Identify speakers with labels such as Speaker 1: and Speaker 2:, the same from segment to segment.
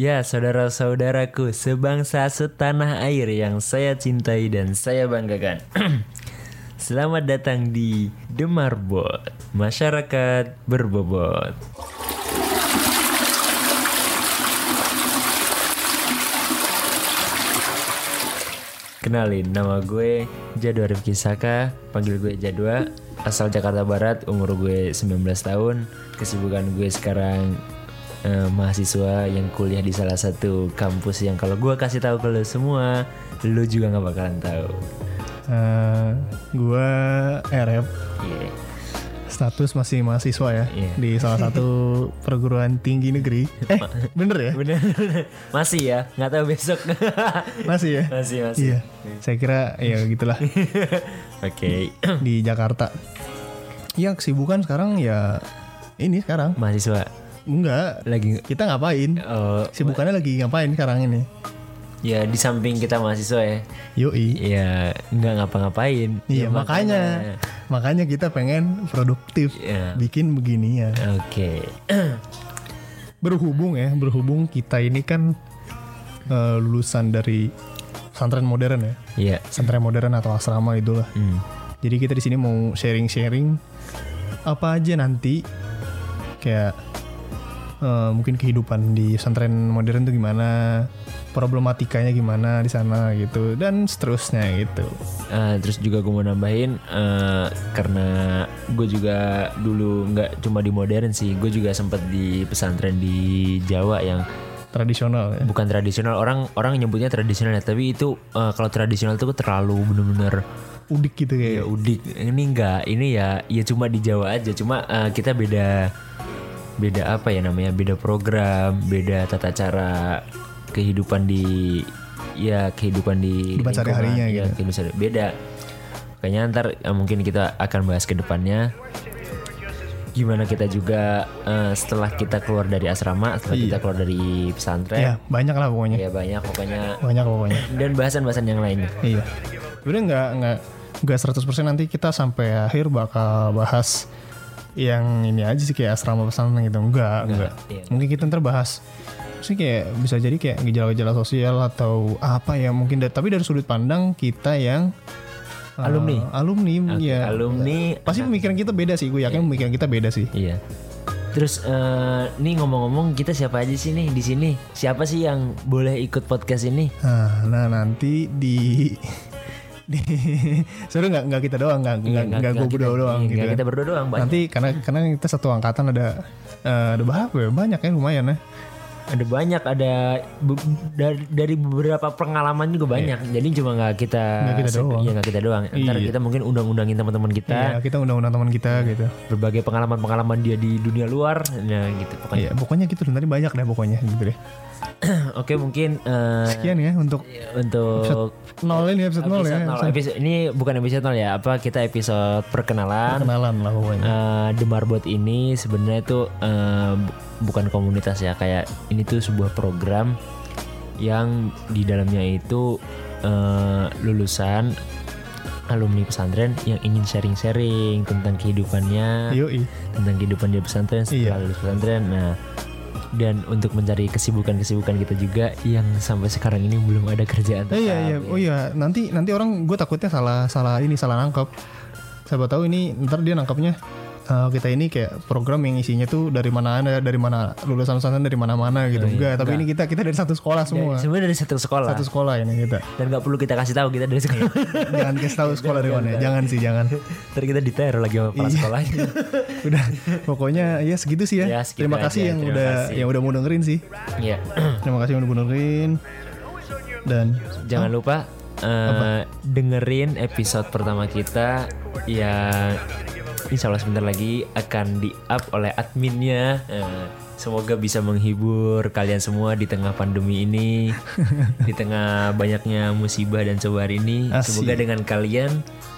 Speaker 1: Ya saudara-saudaraku sebangsa setanah air yang saya cintai dan saya banggakan Selamat datang di Demarbot Masyarakat Berbobot Kenalin, nama gue Jadwa Rifki Saka, panggil gue Jadwa, asal Jakarta Barat, umur gue 19 tahun. Kesibukan gue sekarang eh, mahasiswa yang kuliah di salah satu kampus yang kalau gue kasih tahu ke lo semua, lo juga nggak bakalan tahu.
Speaker 2: Eh, gua RF
Speaker 1: Iya.
Speaker 2: status masih mahasiswa ya
Speaker 1: Iya.
Speaker 2: di salah satu perguruan tinggi negeri. Eh, bener ya?
Speaker 1: Bener, bener. Masih ya, nggak tahu besok.
Speaker 2: Masih ya?
Speaker 1: masih, masih.
Speaker 2: Iya. Saya kira ya gitulah
Speaker 1: Oke.
Speaker 2: di Jakarta. Ya kesibukan sekarang ya ini sekarang
Speaker 1: Mahasiswa
Speaker 2: enggak
Speaker 1: lagi
Speaker 2: kita ngapain?
Speaker 1: oh,
Speaker 2: Sibukannya lagi ngapain sekarang ini?
Speaker 1: ya di samping kita mahasiswa ya.
Speaker 2: Yoi.
Speaker 1: Ya nggak ngapa-ngapain.
Speaker 2: Iya,
Speaker 1: Ya,
Speaker 2: makanya makanya kita pengen produktif.
Speaker 1: Iya.
Speaker 2: Bikin beginian.
Speaker 1: Oke.
Speaker 2: berhubung ya berhubung kita ini kan eh, lulusan dari pesantren modern ya
Speaker 1: Iya.
Speaker 2: pesantren modern atau asrama itulah
Speaker 1: Hmm.
Speaker 2: jadi kita di sini mau sharing sharing apa aja nanti kayak eh, mungkin kehidupan di pesantren modern tuh gimana problematikanya gimana di sana gitu dan seterusnya gitu
Speaker 1: Eh, terus juga gue mau nambahin eh, karena gue juga dulu nggak cuma di modern sih, gue juga sempet di pesantren di Jawa yang
Speaker 2: tradisional ya
Speaker 1: bukan tradisional orang orang nyebutnya tradisional ya, tapi itu eh, kalau tradisional tuh terlalu bener-bener
Speaker 2: udik gitu kayak
Speaker 1: ya udik ini enggak ini ya ya cuma di Jawa aja cuma eh, kita beda beda apa ya namanya beda program beda tata cara kehidupan di ya kehidupan di
Speaker 2: Kehidupan
Speaker 1: lingkungan,
Speaker 2: sehari-harinya
Speaker 1: ya,
Speaker 2: gitu.
Speaker 1: kehidupan sehari- beda kayaknya ntar eh, mungkin kita akan bahas ke depannya gimana kita juga eh, setelah kita keluar dari asrama setelah
Speaker 2: Iya.
Speaker 1: kita keluar dari
Speaker 2: ya
Speaker 1: pesantren
Speaker 2: banyak lah pokoknya
Speaker 1: ya banyak pokoknya
Speaker 2: banyak pokoknya
Speaker 1: dan bahasan-bahasan yang lainnya
Speaker 2: Iya. Sebenarnya nggak nggak nggak 100% nanti kita sampai akhir bakal bahas yang ini aja sih kayak asrama pesantren gitu. Enggak, enggak.
Speaker 1: iya.
Speaker 2: Mungkin kita ntar bahas sih kayak bisa jadi kayak gejala-gejala sosial atau apa ya mungkin da- tapi dari sudut pandang kita yang eh,
Speaker 1: Alumni.
Speaker 2: alumni ya.
Speaker 1: alumni
Speaker 2: Pasti pemikiran kita beda sih, gue yakin pemikiran kita beda sih.
Speaker 1: Iya. Terus eh, nih ngomong-ngomong kita siapa aja sih nih di sini? Siapa sih yang boleh ikut podcast ini?
Speaker 2: Nah, nah nanti di di sebenarnya nggak nggak kita doang nggak nggak nggak gue
Speaker 1: kita-
Speaker 2: berdua doang
Speaker 1: iya,
Speaker 2: gitu.
Speaker 1: nggak
Speaker 2: kan.
Speaker 1: kita berdua doang, Pak.
Speaker 2: Nanti karena karena kita satu angkatan ada eh, ada berapa ya? Banyak ya lumayan ya.
Speaker 1: Ada banyak, ada be- dari, dari beberapa pengalaman juga banyak. Jadi cuma nggak kita,
Speaker 2: Iya. Nggak kita doang.
Speaker 1: Iya, nggak kita doang. Ntar
Speaker 2: Iya.
Speaker 1: kita mungkin undang-undangin teman-teman kita,
Speaker 2: Iya, kita undang-undang teman kita gitu.
Speaker 1: berbagai pengalaman-pengalaman dia di dunia luar. Nah gitu pokoknya.
Speaker 2: Iya, pokoknya gitu nanti banyak deh pokoknya gitu deh.
Speaker 1: Oke mungkin eh,
Speaker 2: Sekian ya untuk
Speaker 1: untuk
Speaker 2: nol ini episode nol
Speaker 1: episode
Speaker 2: ya.
Speaker 1: nol. Episode- ini bukan episode nol ya. Apa kita episode perkenalan?
Speaker 2: Kenalan lah pokoknya.
Speaker 1: eh The Marbot ini sebenarnya itu eh, bu- bukan komunitas ya kayak ini tuh sebuah program yang di dalamnya itu eh, lulusan alumni pesantren yang ingin sharing-sharing tentang kehidupannya
Speaker 2: Yoi.
Speaker 1: tentang kehidupan di pesantren
Speaker 2: Iya.
Speaker 1: setelah lulus pesantren nah dan untuk mencari kesibukan-kesibukan kita juga yang sampai sekarang ini belum ada kerjaan
Speaker 2: Eh, iya
Speaker 1: tetap, ya.
Speaker 2: iya. Oh iya, nanti nanti orang gue takutnya salah salah ini salah nangkep. Siapa tahu ini ntar dia nangkepnya eh, kita ini kayak program yang isinya tuh dari mana ada dari mana lulusan lulusan dari mana-mana gitu. enggak, tapi ini kita kita dari satu sekolah
Speaker 1: Ya,
Speaker 2: semua.
Speaker 1: sebenarnya dari satu sekolah
Speaker 2: Satu sekolah ini kita.
Speaker 1: dan nggak perlu kita kasih tahu kita dari sekolah
Speaker 2: jangan kasih tahu sekolah dari mana. ya. Jangan sih, jangan.
Speaker 1: Ntar kita diteror lagi sama
Speaker 2: Iya.
Speaker 1: kepala sekolahnya.
Speaker 2: Udah, pokoknya ya segitu sih ya.
Speaker 1: Ya, segitu
Speaker 2: terima
Speaker 1: aja,
Speaker 2: kasih yang
Speaker 1: terima
Speaker 2: udah
Speaker 1: kasih.
Speaker 2: yang udah mau dengerin sih.
Speaker 1: Iya.
Speaker 2: Terima kasih yang udah mau dengerin. Dan
Speaker 1: Jangan lupa eh, dengerin episode pertama kita yang insya Allah sebentar lagi akan di up oleh adminnya. Eh, semoga bisa menghibur kalian semua di tengah pandemi ini, di tengah banyaknya musibah dan cobaan ini.
Speaker 2: Asik.
Speaker 1: Semoga dengan kalian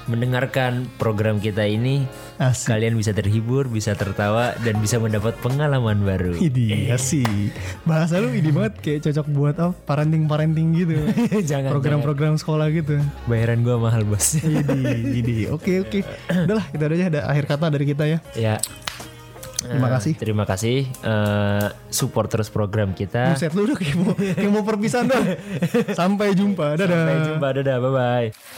Speaker 1: mendengarkan program kita ini,
Speaker 2: asik.
Speaker 1: kalian bisa terhibur, bisa tertawa, dan bisa mendapat pengalaman baru. Eh.
Speaker 2: Idi, asik. Bahasa lu idi banget kayak cocok buat apa? Parenting-parenting gitu.
Speaker 1: jangan
Speaker 2: Program-program sekolah gitu.
Speaker 1: jangan. Iya. bayaran gua mahal bos.
Speaker 2: Idi, idi. Oke, oke. Udah lah, itu aja ada akhir kata dari kita ya.
Speaker 1: ya Eh,
Speaker 2: Terima kasih.
Speaker 1: Terima kasih eh, support terus program kita.
Speaker 2: Buset lu udah kayak mau, kayak mau perpisahan dah. Sampai jumpa. Dadah.
Speaker 1: Sampai jumpa, dadah, bye bye.